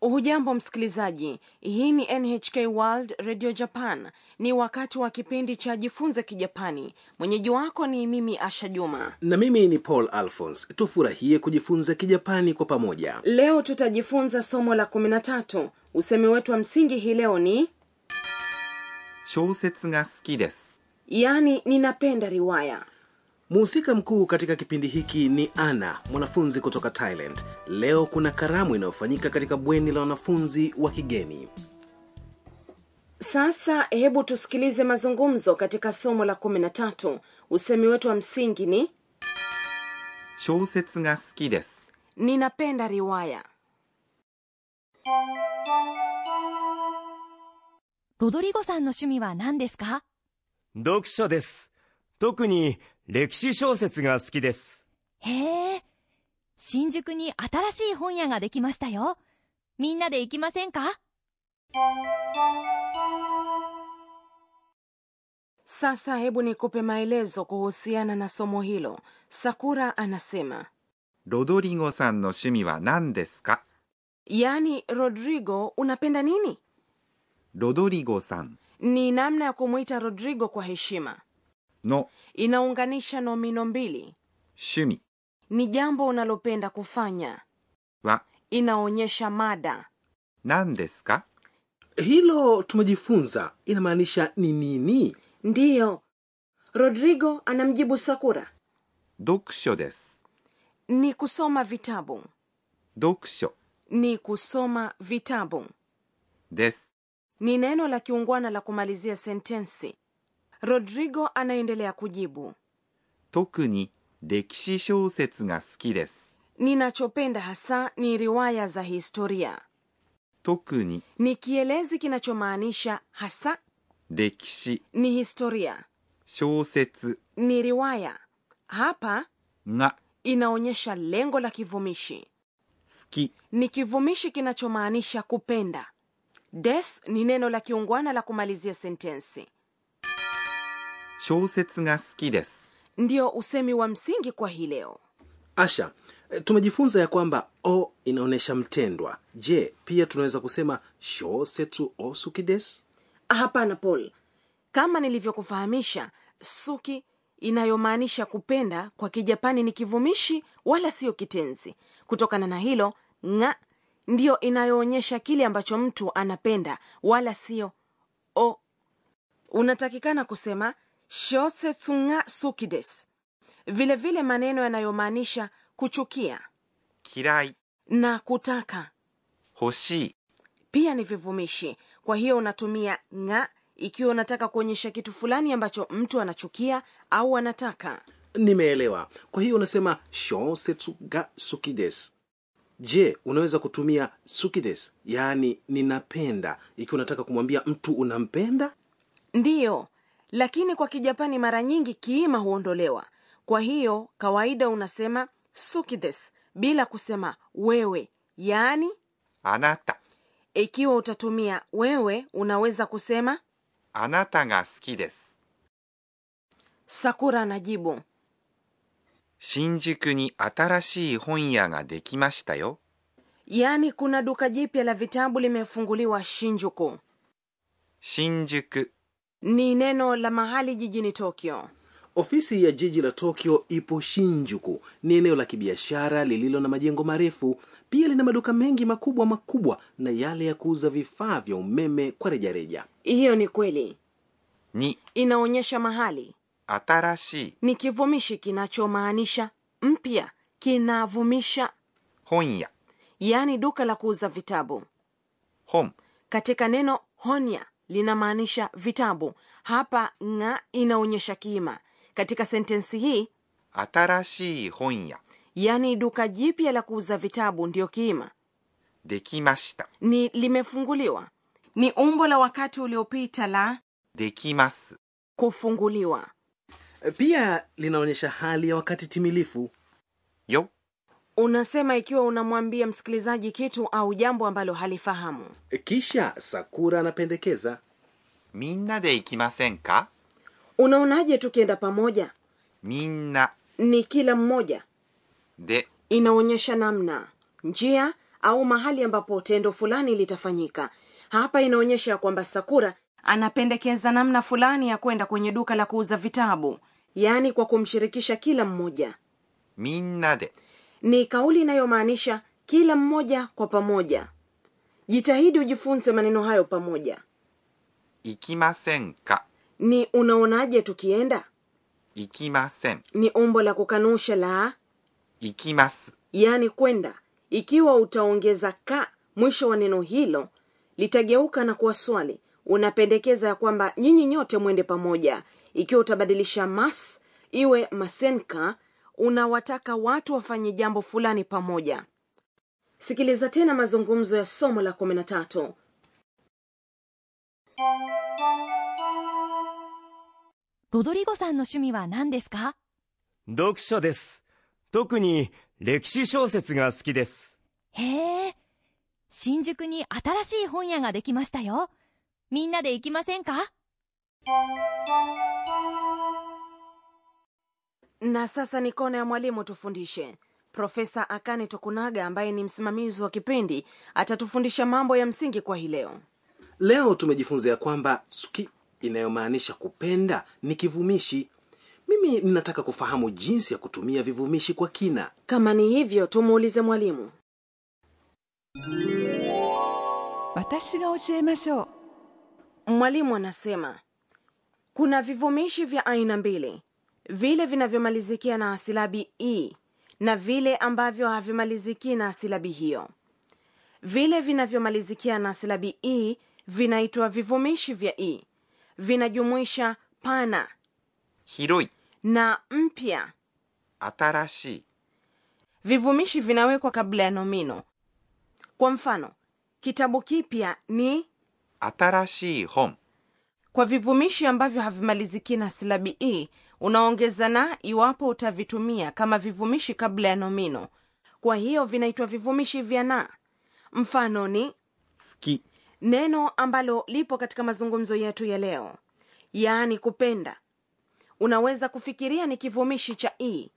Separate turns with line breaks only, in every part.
Hujambo msikilizaji, hii ni NHK World Radio Japan. Ni wakati wa kipindi cha Jifunze Kijapani. Mwenyeji wako ni mimi Asha Juma.
na mimi ni paul alphons tufurahie kujifunza kijapani kwa pamoja
Leo tutajifunza somo la 13. Usemi wetu wa msingi hii leo ni
小説が好きです。
yaani, ninapenda riwaya.
muhusika mkuu katika kipindi hiki ni ana mwanafunzi kutoka thailand leo kuna karamu inayofanyika katika bweni la wanafunzi wa kigeni
Sasa hebu tusikilize mazungumzo katika somo la 13. Usemi wetu wa msingi ni
小説が好きです。
ninapenda riwaya.
ロドリゴさんの趣味は何ですか
読書です。特に歴史小説が好きです。
へえ。新宿に新しい本屋ができましたよ。みんなで行きませんか
Sasa hebu nikupe maelezo kuhusiana na somo hilo. Sakura anasema
ロドリゴさんの趣味は何ですか
yaani, Rodrigo unapenda nini?
ロドリゴさん
Ni namna ya kumwita Rodrigo kwa heshima,
の
inaunganisha nomino mbili.
趣味
Ni jambo unalopenda kufanya,
は
inaonyesha mada.
何ですか
hilo tumejifunza inamaanisha ni nini
Ndiyo, Rodrigo anamjibu Sakura,
読書です。
ni kusoma vitabu,
読書
ni kusoma vitabu.
です。
Ni neno la kiungwana la kumalizia sentensi. Rodrigo anaendelea kujibu.
特に歴史小説が好きです。
Ninachopenda hasa ni riwaya za historia.
特に
Ni kielezi kinachomaanisha hasa,
歴史
ni historia,
小説
ni riwaya. Hapa
が
inaonyesha lengo la kivumishi.
好き
Ni kivumishi kinachomaanisha kupenda. Des ni neno la kiungwana la kumalizia sentensi,
小説が好きです。
ndio usemi wa msingi kwa hii leo.
asha eh, tumejifunza ya kwamba o inaonyesha mtendwa je pia tunaweza kusema shosetsu osukides
Hapana Paul, kama nilivyokufahamisha, suki inayomaanisha kupenda kwa Kijapani ni kivumishi wala siyo kitenzi. Kutokana na hilo, nga ndiyo inayoonyesha kile ambacho mtu anapenda wala siyo o. Unatakikana kusema shosetsu nga suki desu. Vilevile vile maneno yanayomaanisha kuchukia
嫌い
na kutaka
欲しい
pia ni vivumishi. Kwa hiyo unatumia nga ikiwa unataka kuonyesha kitu fulani ambacho mtu anachukia au anataka.
nimeelewa kwa hiyo unasema shosetsu ga sukides je unaweza kutumia sukides yaani ninapenda ikiwa unataka kumwambia mtu unampenda
Ndiyo, lakini kwa Kijapani mara nyingi kiima huondolewa. Kwa hiyo kawaida unasema sukides bila kusema wewe, yaani
あなた
ikiwa utatumia wewe unaweza kusema
あなたが好きです。
Sakura anajibu
新宿に新しい本屋ができましたよ。
yaani, kuna duka jipya la vitabu limefunguliwa Shinjuku.
新宿
Ni neno la mahali jijini Tokyo.
ofisi ya jiji la tokyo ipo shinjuku ni eneo la kibiashara lililo na majengo marefu pia lina maduka mengi makubwa makubwa na yale ya kuuza vifaa vya umeme kwa rejareja
Hiyo ni kweli,
に
inaonyesha mahali.
新しい
Ni kivumishi kinachomaanisha mpya, kinavumisha,
本屋
yaani duka la kuuza vitabu.
本
Katika neno honya linamaanisha vitabu, hapa nga inaonyesha kiima. Katika sentensi hii,
新しい本屋
yaani duka jipya la kuuza vitabu ndiyo kiima,
できました
ni limefunguliwa, ni umbo la wakati uliopita la
できます
kufunguliwa.
pia linaonyesha hali ya wakati timilifu
よ
Unasema ikiwa unamwambia msikilizaji kitu au jambo ambalo halifahamu.
kisha sakura anapendekeza
みんなで行きませんか
Unaonaje tukienda pamoja?
みんな
Ni kila mmoja,
で
inaonyesha namna, njia au mahali ambapo tendo fulani litafanyika hapa inaonyesha ya kwamba sakura anapendekeza namna fulani ya kwenda kwenye duka la kuuza vitabu yaani kwa kumshirikisha kila mmoja
みんなで
ni kauli inayomaanisha kila mmoja kwa pamoja jitahidi ujifunze maneno hayo pamoja
行きませんか
ni unaonaje tukienda
行きません
ni umbo la kukanusha la
行きます
yaani kwenda ikiwa utaongeza ka mwisho wa neno hilo litageuka na kuwa swali unapendekeza ya kwamba nyinyi nyote mwende pamoja ikiwa utabadilisha mas iwe masenka unawataka watu wafanye jambo fulani pamoja sikiliza tena mazungumzo ya somo la 13
ロドリゴさんの趣味は何ですか
読書です。特に歴史小説が好きです。
へえ。新宿に新しい本屋ができましたよ。みんなで行きませんか
na sasa ni kona ya mwalimu tufundishe profesa akane tokunaga ambaye ni msimamizi wa kipindi atatufundisha mambo ya msingi kwa hii leo
leo tumejifunza ya kwamba suki inayomaanisha kupenda ni kivumishi mimi ninataka kufahamu jinsi ya kutumia vivumishi kwa kina
kama ni hivyo tumuulize mwalimu
私が教えましょう
mwalimu anasema kuna vivumishi vya aina mbili vile vinavyomalizikia na silabi e na vile ambavyo havimalizikii na silabi hiyo vile vinavyomalizikia na silabi e vinaitwa vivumishi vya e vinajumuisha pana
広い
na mpya
新しい
vivumishi vinawekwa kabla ya nomino kwa mfano kitabu kipya ni
新しい本
kwa vivumishi ambavyo havimaliziki na silabi e unaongeza na iwapo utavitumia kama vivumishi kabla ya nomino kwa hiyo vinaitwa vivumishi vya na mfano ni
好き
neno ambalo lipo katika mazungumzo yetu ya leo yaani kupenda unaweza kufikiria ni kivumishi cha e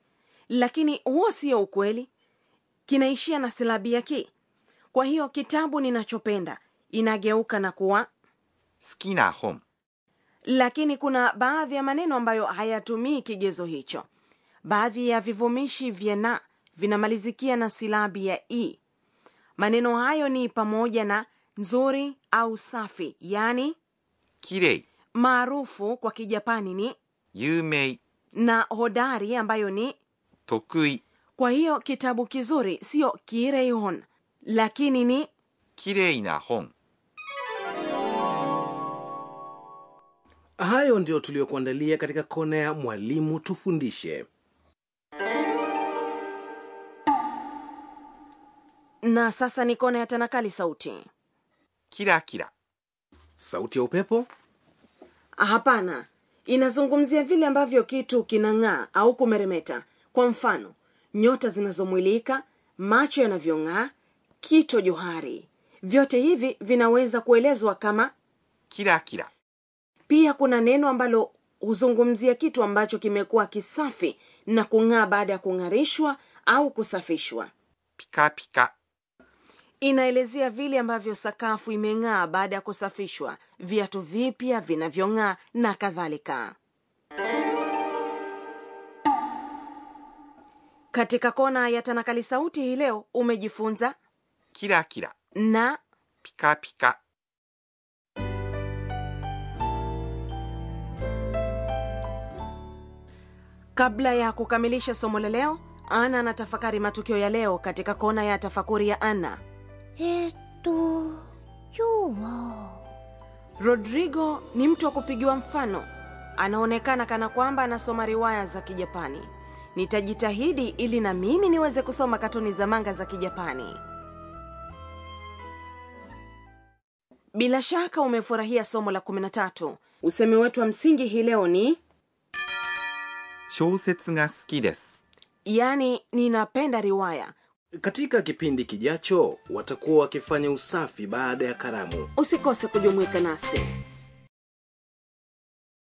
lakini huo sio ukweli kinaishia na silabi ya ki kwa hiyo kitabu ninachopenda inageuka na kuwa
好きな本
lakini kuna baadhi ya maneno ambayo hayatumii kigezo hicho baadhi ya vivumishi vya na vinamalizikia na silabi ya i maneno hayo ni pamoja na nzuri au safi yaani
きれい
maarufu kwa kijapani ni
有名
na hodari ambayo ni
得意
kwa hiyo kitabu kizuri siyo kireihon lakini ni
きれいな本
hayo ndio tuliyokuandalia katika kona ya mwalimu tufundishe
na sasa ni kona ya tanakali sauti
キラキラ
sauti ya upepo
Ah, hapana inazungumzia vile ambavyo kitu kinang'aa au kumeremeta kwa mfano nyota zinazomwilika macho yanavyong'aa kito johari vyote hivi vinaweza kuelezwa kama
キラキラ
pia kuna neno ambalo huzungumzia kitu ambacho kimekuwa kisafi na kung'aa baada ya kung'arishwa au kusafishwa
ピカピカ
inaelezea vile ambavyo sakafu imeng'aa baada ya kusafishwa viatu vipya vinavyong'aa na kadhalika katika kona ya tanakali sauti hii leo umejifunza
キラキラ
na
ピカピカ
kabla ya kukamilisha somo la leo ana anatafakari matukio ya leo katika kona ya tafakuri ya ana
えっと、今日は。
rodrigo ni mtu wa kupigiwa mfano anaonekana kana kwamba anasoma riwaya za kijapani nitajitahidi ili na mimi niweze kusoma katuni za manga za kijapani bila shaka umefurahia somo la 13 usemi wetu wa msingi hii leo ni
小説が好きです
yaani ninapenda riwaya
katika kipindi kijacho watakuwa wakifanya usafi baada ya karamu
usikose kujumuika nasi